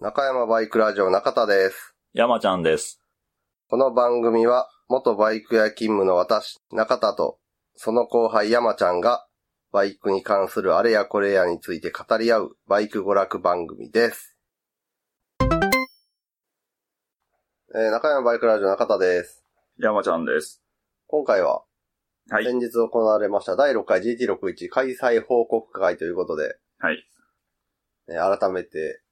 中山バイクラジオ中田です。山ちゃんです。この番組は、元バイク屋勤務の私、中田と、その後輩山ちゃんが、バイクに関するあれやこれやについて語り合う、バイク娯楽番組です。えー中山バイクラジオ中田です。山ちゃんです。今回は、はい。先日行われました第6回 GT61 開催報告会ということで、はい。えー改めて、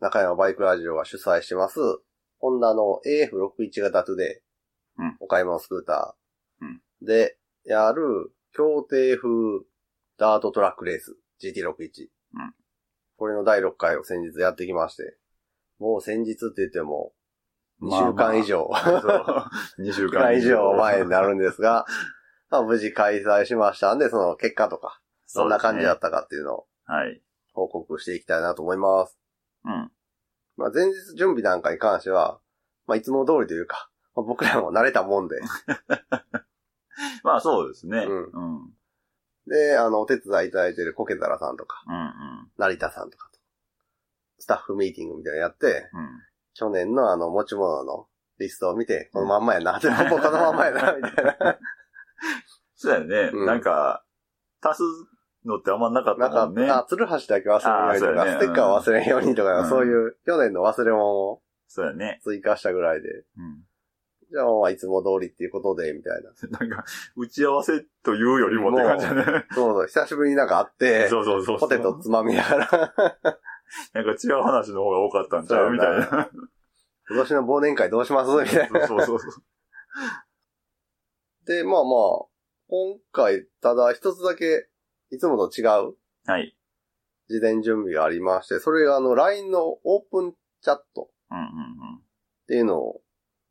中山バイクラジオが主催してます、ホンダの AF61 型トゥデイ、うんお買い物スクーター、うんで、やる、協定風ダートトラックレース、GT61。うんこれの第6回を先日やってきまして、もう先日って言っても、2週間以上、 そう。2週1間以上前になるんですが、まあ、無事開催しましたんで、その結果とか、どんな感じだだったかっていうのをはい。報告していきたいなと思います。うん。まあ、前日準備なんかに関しては、まあ、いつも通りというか、まあ僕らも慣れたも んで、まあそうですね。ううんん。うん。うん。で、あの、お手伝いいただいてるコケザラさんとか、うん。成田さんとかと、スタッフミーティングみたいなのやって、去年のあの、持ち物のリストを見て、このまんまや な、でもこのまんまやな、みたいな。そうだよね。うんなんか、足すのってあんまなかったなもかんね。あ、鶴橋だけ忘れないようにとあーそうか、だねステッカーを忘れんようにとか、うんそういう、去年の忘れ物をそうだね。追加したぐらいで、うん。じゃあ、まあ、いつも通りっていうことで、みたいな。なんか、打ち合わせというよりもって感じだね。そうそう、久しぶりになんか会って、そうそうそう。ポテト。つまみながら、なんか違う話の方が多かったんちゃうみたいな。今年の忘年会どうしますみたいな。 そうそうそう。で、まあまあ、今回、ただ一つだけ、いつもと違うはい。事前準備がありまして、それがあの、LINE のオープンチャットっうんうんていうのを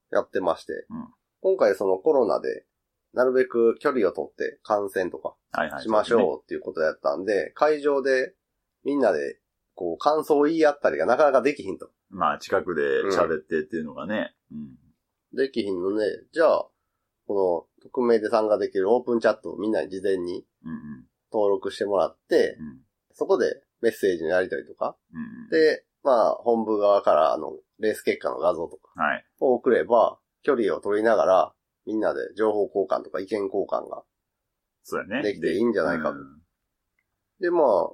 やってまして、うん今回そのコロナで、なるべく距離をとって感染とかうん。はいはい。しましょうっていうことやったんで、会場でみんなで、こう、感想を言い合ったりがなかなかできひんと。まあ、近くで喋ってっていうのがね。うん。できひんので、じゃあ、この、匿名で参加できるオープンチャットをみんなに事前にうんうん。登録してもらってう、ん。そこでメッセージのやり取りとか、うん。、で、まあ、本部側から、あの、レース結果の画像とかはい。を送れば、距離を取りながら、みんなで情報交換とか意見交換が。そうだね。できていいんじゃないかとうんで、まあ、